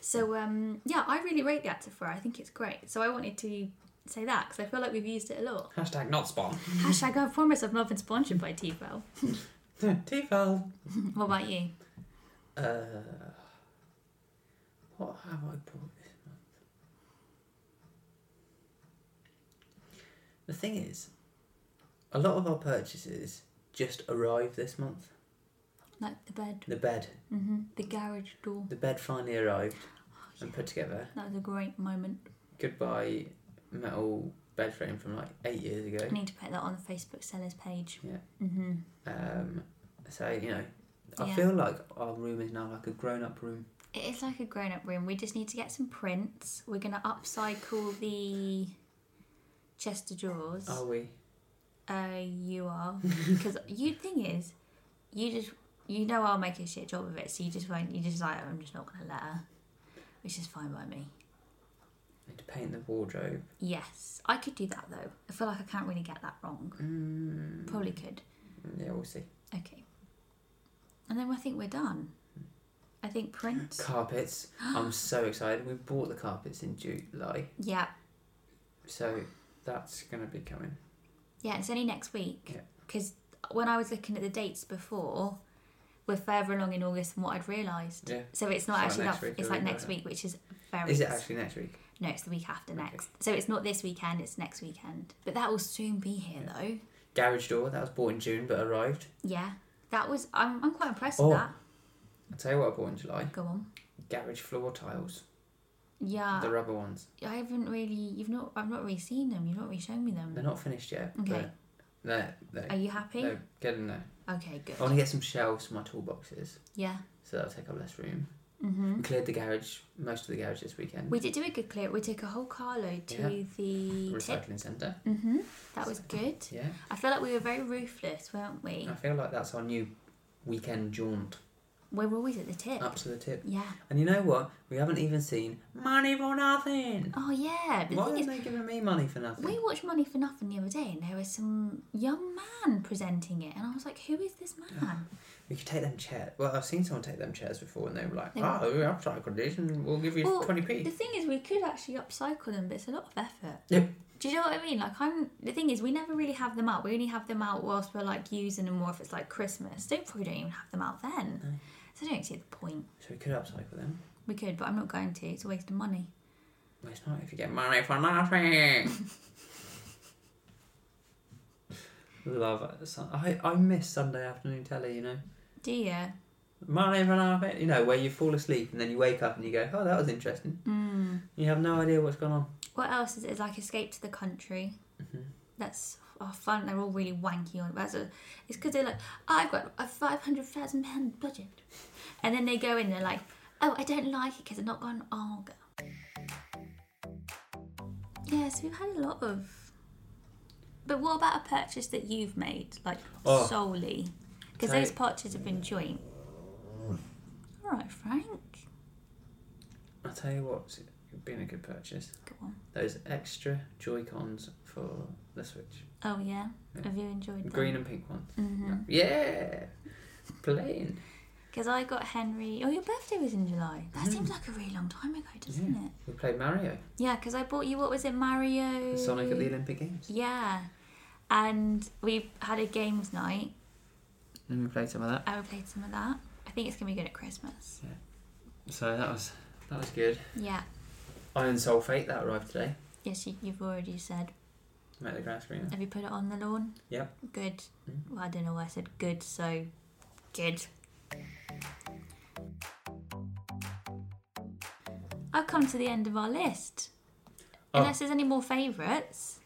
So um, yeah, I really rate the Actifier. I think it's great. So I wanted to say that because I feel like we've used it a lot. Hashtag not spawn. Hashtag I promise I've not been sponsored by T-Bell. T-Fell. What about you? Uh, what have I bought this month? The thing is, a lot of our purchases just arrived this month. Like the bed, The bed, hmm the garage door. the bed finally arrived and put together. That was a great moment. Goodbye metal bed frame from like eight years ago. I need to put that on the Facebook sellers page. Yeah. hmm Um, so you know, I Yeah. feel like our room is now like a grown-up room. It is like a grown-up room. We just need to get some prints. We're gonna upcycle the chest of drawers. Are we? Uh, you are because you thing is, you just you know I'll make a shit job of it, so you just won't. You just like I'm just not gonna let her, which is fine by me. Need to paint the wardrobe. Yes, I could do that though. I feel like I can't really get that wrong. Mm, Probably could. Yeah, we'll see. Okay. And then I think we're done. I think print. Carpets. I'm so excited. We bought the carpets in July, Yeah, so that's gonna be coming. yeah. It's only next week Yeah. because when I was looking at the dates before, we're further along in August than what I'd realised. Yeah. So it's not It's actually like next that. week It's or like the week next after. week, which is very. Is it actually next week? No, it's the week after Okay. next. So it's not this weekend, it's next weekend. But that will soon be here Yeah. though. Garage door. That was bought in June but arrived. Yeah. That was I'm I'm quite impressed Oh. with that. I'll tell you what I bought in July. Go on. Garage floor tiles. Yeah. the rubber ones. I haven't really you've not I've not really seen them. You've not really shown me They're them. not finished yet. Okay. But they're, they're, Are you happy? they're getting there. Okay, good. I want to get some shelves for my toolboxes, Yeah. so that'll take up less room. Mhm. We cleared the garage, most of the garage this weekend. We did do a good clear. We took a whole carload to Yeah. the tip. Recycling centre. Mhm. That was good. Yeah. I feel like we were very ruthless, weren't we? I feel like that's our new weekend jaunt We were always at the tip. up to the tip. Yeah. And you know what? We haven't even seen Money for Nothing. Oh yeah. But the Why thing is, aren't they giving me money for nothing? We watched Money for Nothing the other day, and there was some young man presenting it, and I was like, "Who is this man?" We could take them chairs. Well, I've seen someone take them chairs before, and they were like, They "Oh, we're upcycled these, and we'll give you Well, twenty The p." thing is, we could actually upcycle them, but it's a lot of effort. Yep. Do you know what I mean? Like, I'm. The thing is, we never really have them out. We only have them out whilst we're like using them, or if it's like Christmas. Don't probably don't even have them out then. No. So I don't see the point. So we could upcycle them. We could, but I'm not going to. It's a waste of money. But it's not if you get money for nothing. Love it. Sun- I I miss Sunday afternoon telly. You know, Do you? money for nothing. You know, where you fall asleep and then you wake up and you go, "Oh, that was interesting." Mm. You have no idea what's gone on. What else is it? It's like Escape to the Country. That's oh, fun. They're all really wanky on. That's a, it's because they're like, I've got a five hundred thousand pound budget, and then they go in. They're like, oh, I don't like it because it's not gone Olga. Yes, we've had a lot of. But what about a purchase that you've made, like Oh. solely? Because Tell- those purchases have been joint. All right, Frank. I'll tell you what's been a good purchase. Go on. Those extra Joy Cons for the Switch, Oh yeah. Yeah. Have you enjoyed them? green and pink ones. hmm Yeah, playing. Because I got Henry. Oh, your birthday was in July. That Hmm. Mm. seems like a really long time ago, doesn't it? We played Mario, Yeah, because I bought you what was it, Mario? the Sonic at the Olympic Games. Yeah, and we had a games night. And we played some of that. I played some of that. I think it's gonna be good at Christmas. So that was. That was good. Yeah. Iron Sulfate, that arrived today. Yes, you, you've already said. Make the grass green. Have you put it on the lawn? Yep. Good. Mm. Well, I don't know why I said good. So, good. I've come to the end of our list. Oh. Unless there's any more favourites.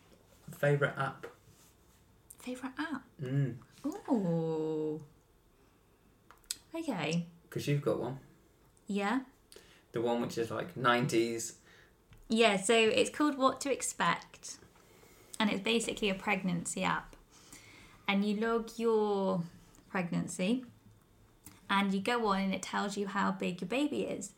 Favourite app? Favourite app? Mm. Ooh. Okay. Because you've got one. Yeah. The one which is like 90s. Yeah, so it's called What to Expect, and it's basically a pregnancy app. And you log your pregnancy, and you go on, and it tells you how big your baby is.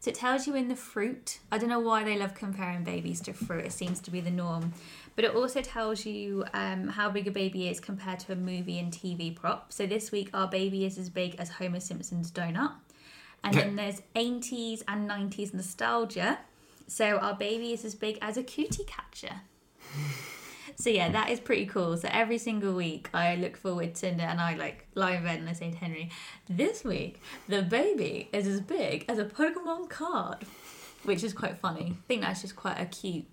So it tells you in the fruit. I don't know why they love comparing babies to fruit, it seems to be the norm. But it also tells you um, how big a baby is compared to a movie and TV prop. So this week, our baby is as big as Homer Simpson's donut. And then there's 80s and 90s nostalgia. So our baby is as big as a cootie catcher. So yeah, that is pretty cool. So every single week, I look forward to and I like lie in bed and I say to Henry, "This week the baby is as big as a Pokemon card," which is quite funny. I think that's just quite a cute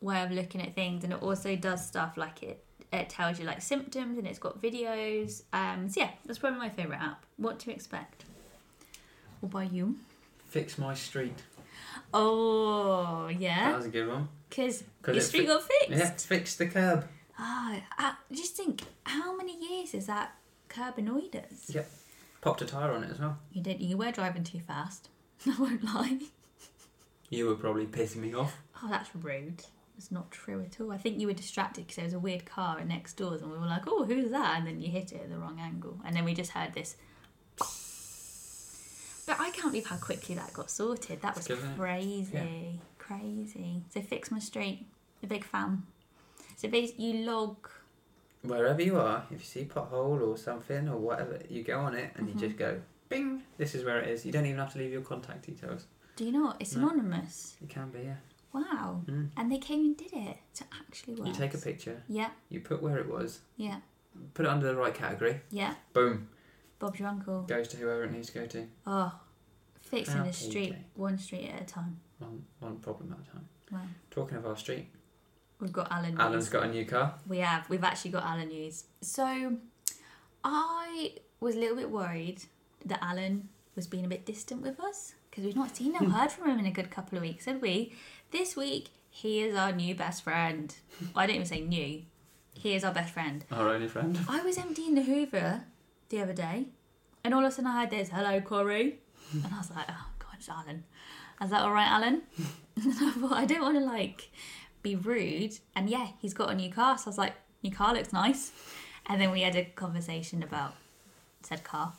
way of looking at things, and it also does stuff like it it tells you like symptoms and it's got videos. Um, so yeah, that's probably my favorite app. What to expect? What about you? Fix My Street. Oh That yeah, was a good one. because 'Cause your it street fi- got fixed. Yeah, fix the curb. Ah, ah, just think, how many years is that curb annoyed us? Yep. Popped a tyre on it as well. You did. You were driving too fast. I won't lie. You were probably pissing me off. Oh, that's rude. It's not true at all. I think you were distracted because there was a weird car at next doors, and we were like, "Oh, who's that?" And then you hit it at the wrong angle, and then we just heard this. But I can't believe how quickly that got sorted. That was It's good, isn't it? crazy, crazy. So fix my street. A big fan. So basically, you log. Wherever you are, if you see a pothole or something or whatever, you go on it and Mhm. you just go, bing, this is where it is. You don't even have to leave your contact details. Do you know what? It's No. anonymous. You can be, yeah. Wow. Mm. And they came and did it. So it actually works. You take a picture, Yeah, you put where it was, yeah, put it under the right category, yeah. boom, Bob's your uncle. goes to whoever it needs to go to. Oh, fixing Okay. the street, one street at a time. One, one problem at a time. Wow. Talking of our street, We've got Alan Alan's News. got a new car. We have. We've actually got Alan News. So I was a little bit worried that Alan was being a bit distant with us because we've not seen Hmm. or heard from him in a good couple of weeks, had we? This week, he is our new best friend. Well, I don't even say new. He is our best friend. Our only friend. I was emptying the Hoover the other day, and all of a sudden I heard this, "Hello, Corey," and I was like, "Oh God, it's Alan." I was like, "All right, Alan." And I thought, I don't want to like be rude, and yeah, he's got a new car, so I was like, "New car looks nice," and then we had a conversation about said car.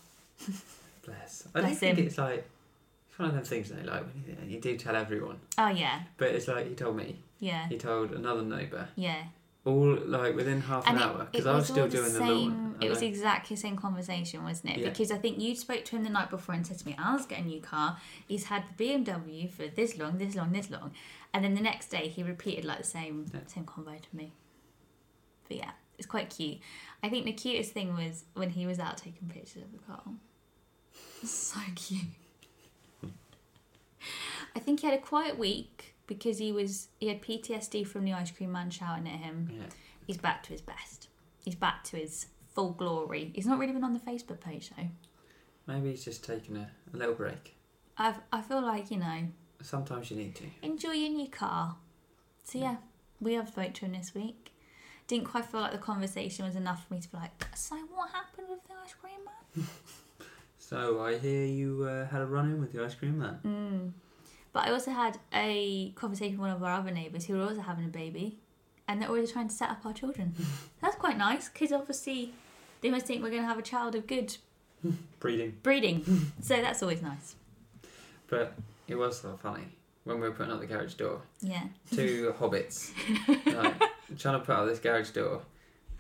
Bless. I don't Bless think him. it's like it's one of them things though. Like when you, you do tell everyone, Oh yeah, but it's like he told me, yeah, he told another neighbour, yeah. all like within half an it- hour it because I was all still doing the same, lawn. It was and exactly the same conversation, wasn't it? Yeah. Because I think you spoke to him the night before and said to me, "I'll get a new car. He's had the BMW for this long, this long, this long," and then the next day he repeated like the same Yeah. same convo to me. But yeah, it's quite cute. I think the cutest thing was when he was out taking pictures of the car. So cute. I think he had a quiet week because he was he had PTSD from the ice cream man shouting at him yeah. he's back to his best. He's back to his full glory. He's not really been on the Facebook page though. Maybe he's just taking a, a little break. I've, I feel like you know, Sometimes you need to. enjoy your new car. So yeah, we have spoke to him this week. Didn't quite feel like the conversation was enough for me to be like, so what happened with the ice cream man? So I hear you uh, had a run in with the ice cream man. Mm. But I also had a conversation with one of our other neighbours who were also having a baby, and they're already trying to set up our children. That's quite nice because obviously they must think we're going to have a child of good Breeding. breeding. so that's always nice. But it was so funny when we were putting up the garage door. Yeah. Two hobbits like, trying to put out this garage door.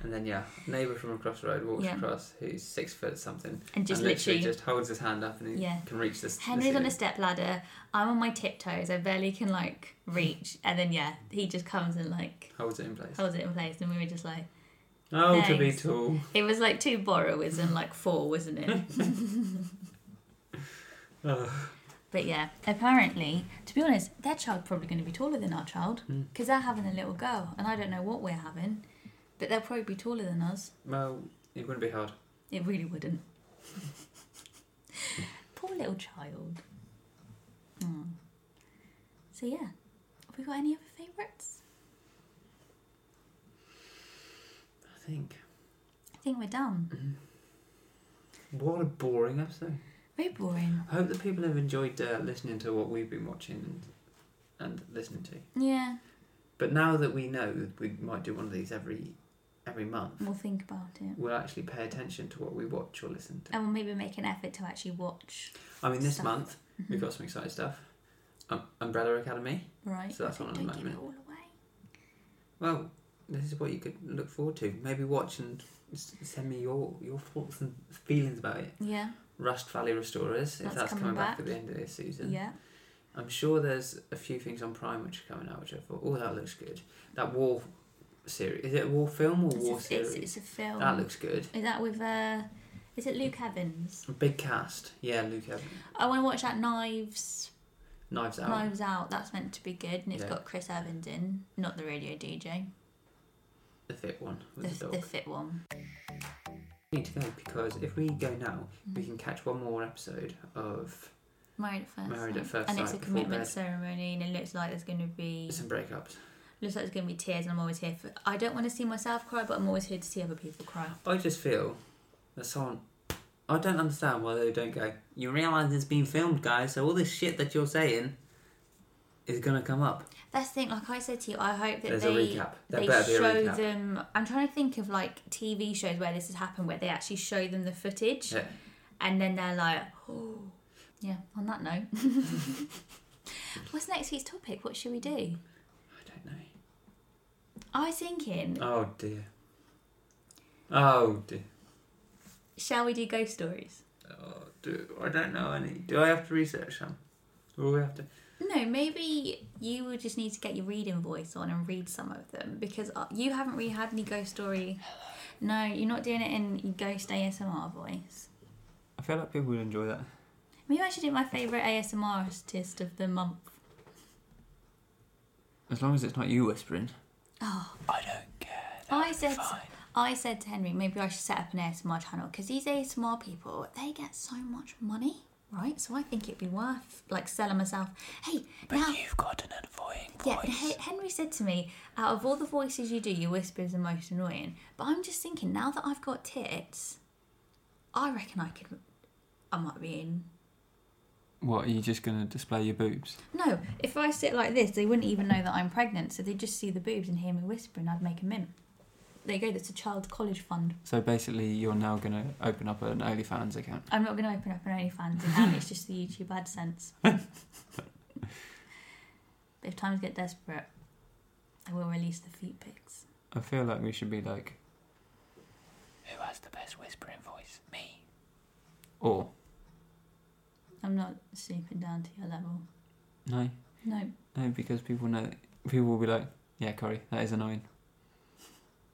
And then yeah, neighbour from across the road walks Yeah. across who's six foot something and just and literally, literally, just holds his hand up and he Yeah. can reach this. Henry's on a this step ladder. I'm on my tiptoes. I barely can like reach, and then yeah, he just comes and like holds it in place. holds it in place, and we were just like, Oh, to Oh, be Thanks. tall. it was like two borrowers and like four, wasn't it? Ugh. But yeah, apparently, to be honest, their child probably going to be taller than our child Mm. because they're having a little girl, and I don't know what we're having, but they'll probably be taller than us. Well, it wouldn't be hard. It really wouldn't. Poor little child. Hmm. So yeah, have we got any other favourites? I think. I think we're done. What a boring episode. Very boring. I hope that people have enjoyed uh, listening to what we've been watching and, and listening to. Yeah, But now that we know we might do one of these every every month, we'll think about it, we'll actually pay attention to what we watch or listen to. and we'll maybe make an effort to actually watch. Mm-hmm. I mean, this Stuff. month we've got some exciting stuff. Um, Umbrella Academy. Right. So that's I one think at the don't give it moment. all away. Well, this is what you could look forward to. Maybe watch and s- send me your your thoughts and feelings about it. Yeah. Rust Valley Restorers, if That's that's, coming coming, back. back. at the end of this season. Yeah. I'm sure there's a few things on Prime which are coming out which I thought, oh, that looks good. That war series. Is it a war film or war It's a, series? it's, it's a film. that looks good. Is that with uh is it Luke Evans? Big cast. Yeah, Luke Evans. I wanna watch that Knives Knives Out. Knives Out, that's meant to be good and it's Yeah. got Chris Evans in, not the radio DJ. The fit one The, with the, dog. the fit one. We need to go because if we go now, we can catch one more episode of Married at first. Married Sight. at First And it's a Sight before commitment bed. ceremony and it looks like there's gonna be some breakups. looks like there's gonna be tears and I'm always here for I don't wanna see myself cry, but I'm always here to see other people cry. I just feel that someone. I don't understand why they don't go. You realise it's being filmed, guys, so all this shit that you're saying is gonna come up. That's the thing, like I said to you, I hope that There's they a recap. There they better be a show recap. them I'm trying to think of like TV shows where this has happened where they actually show them the footage. Yeah. and then they're like, oh, yeah. On that note, what's next week's topic? What should we do? I don't know. I was thinking, Oh dear. Oh dear. shall we do ghost stories? Oh, do I don't know any. Do I have to research them? Do we have to? No, maybe you would just need to get your reading voice on and read some of them because uh, you haven't really had any ghost story. No, you're not doing it in your ghost ASMR voice. I feel like people would enjoy that. Maybe I should do my favourite ASMR artist of the month. As long as it's not you whispering. Oh, I don't care. I said, I said to Henry, maybe I should set up an ASMR channel because these ASMR people, they get so much money, right? So I think it'd be worth like selling myself. Hey, now, you've got an annoying yeah. but He- Henry said to me, out of all the voices you do, your whisper is the most annoying. But I'm just thinking, now that I've got tits, I reckon I could. I might be in. What, are you just going to display your boobs? No, if I sit like this, they wouldn't even know that I'm pregnant, so they'd just see the boobs and hear me whispering. I'd make a mint. There you go. That's a child college fund. So basically, you're now going to open up an OnlyFans account. I'm not going to open up an OnlyFans account. it's just the YouTube AdSense. but if times get desperate, I will release the feet pics. I feel like we should be like. Who has the best whispering voice? Me. Or. I'm not sleeping down to your level. No. No, No, because people know. People will be like, yeah, Corey, that is annoying.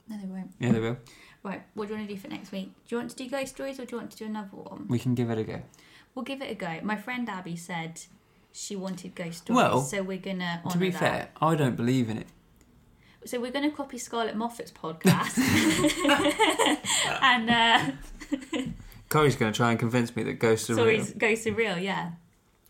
no, they won't. Yeah, they will. Right, what do you want to do for next week? Do you want to do ghost stories or do you want to do another one? We can give it a go. We'll give it a go. My friend Abby said she wanted ghost stories, Well, so we're gonna. to honour be that. fair, I don't believe in it. So we're going to copy Scarlett Moffat's podcast, and uh, Corey's going to try and convince me that ghosts are stories real. ghosts are real yeah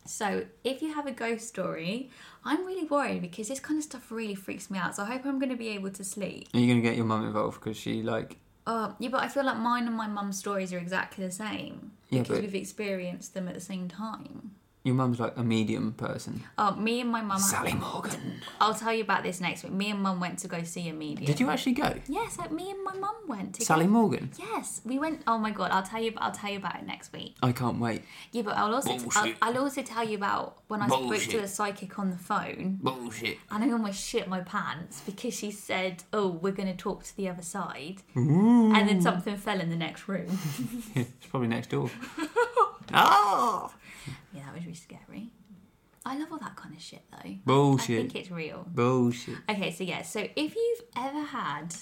so if you have a ghost story i'm really worried because this kind of stuff really freaks me out so i hope i'm going to be able to sleep Are you going to get your mum involved? Because she, like. uh, yeah but i feel like mine and my mum's stories are exactly the same Yeah, because but we've experienced them at the same time Your mum's like a medium person. Oh, me and my mum. Sally Morgan. I'll tell you about this next week. Me and mum went to go see a medium. Did you actually go? Yes, like me and my mum went. To Sally Morgan. Yes, we went. Oh my god, I'll tell you. I'll tell you about it next week. I can't wait. Yeah, but I'll also I'll, Bullshit. I'll also tell you about when I spoke to Bullshit. the psychic on the phone Bullshit. and I almost shit my pants because she said, "Oh, we're going to talk to the other side," and Mm. then something fell in the next room. it's probably next door. oh! Yeah, that was really scary. I love all that kind of shit though. I Bullshit. think it's real. Bullshit. Okay, so yeah, so if you've ever had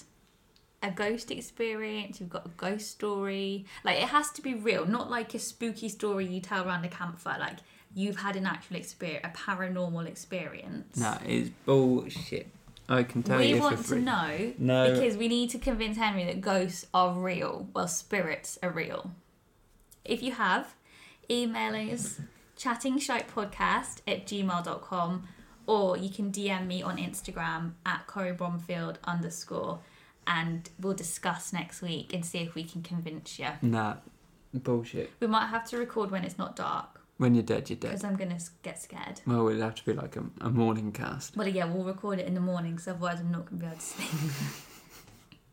a ghost experience, you've got a ghost story, like it has to be real, not like a spooky story you tell around a campfire, like you've had an actual experience, a paranormal experience. No, it's bullshit. I can tell we you want for to free. know No. because we need to convince Henry that ghosts are real, well, spirits are real. If you have, email us chattingshitepodcast at gmail.com or you can DM me on Instagram at Corey Bromfield underscore and we'll discuss next week and see if we can convince you. Nah, bullshit. We might have to record when it's not dark When you're dead, you're dead. because I'm going to get scared. Well, it'd have to be like a, a morning cast. Well, yeah, we'll record it in the morning because otherwise I'm not going to be able to sleep.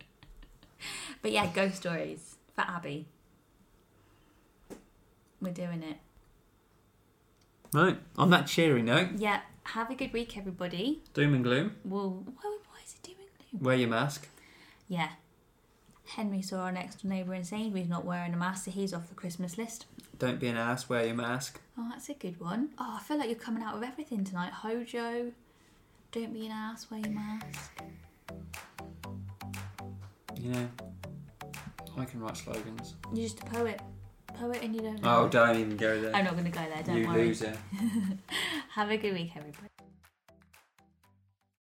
but yeah, ghost stories for Abby. We're doing it. Right, on that cheery note, Yeah, have a good week, everybody. doom and gloom, We'll. Why, why is it doing gloom? wear your mask. Yeah. Henry saw our next door neighbour in Sainsbury's not wearing a mask, so he's off the Christmas list. Don't be an ass, wear your mask. Oh, that's a good one. Oh, I feel like you're coming out with everything tonight. Hojo, don't be an ass, wear your mask. You know, I can write slogans. You're just a poet. Poet and you don't know. Oh, don't even go there. I'm not going to go there, don't you worry. loser. Have a good week, everybody.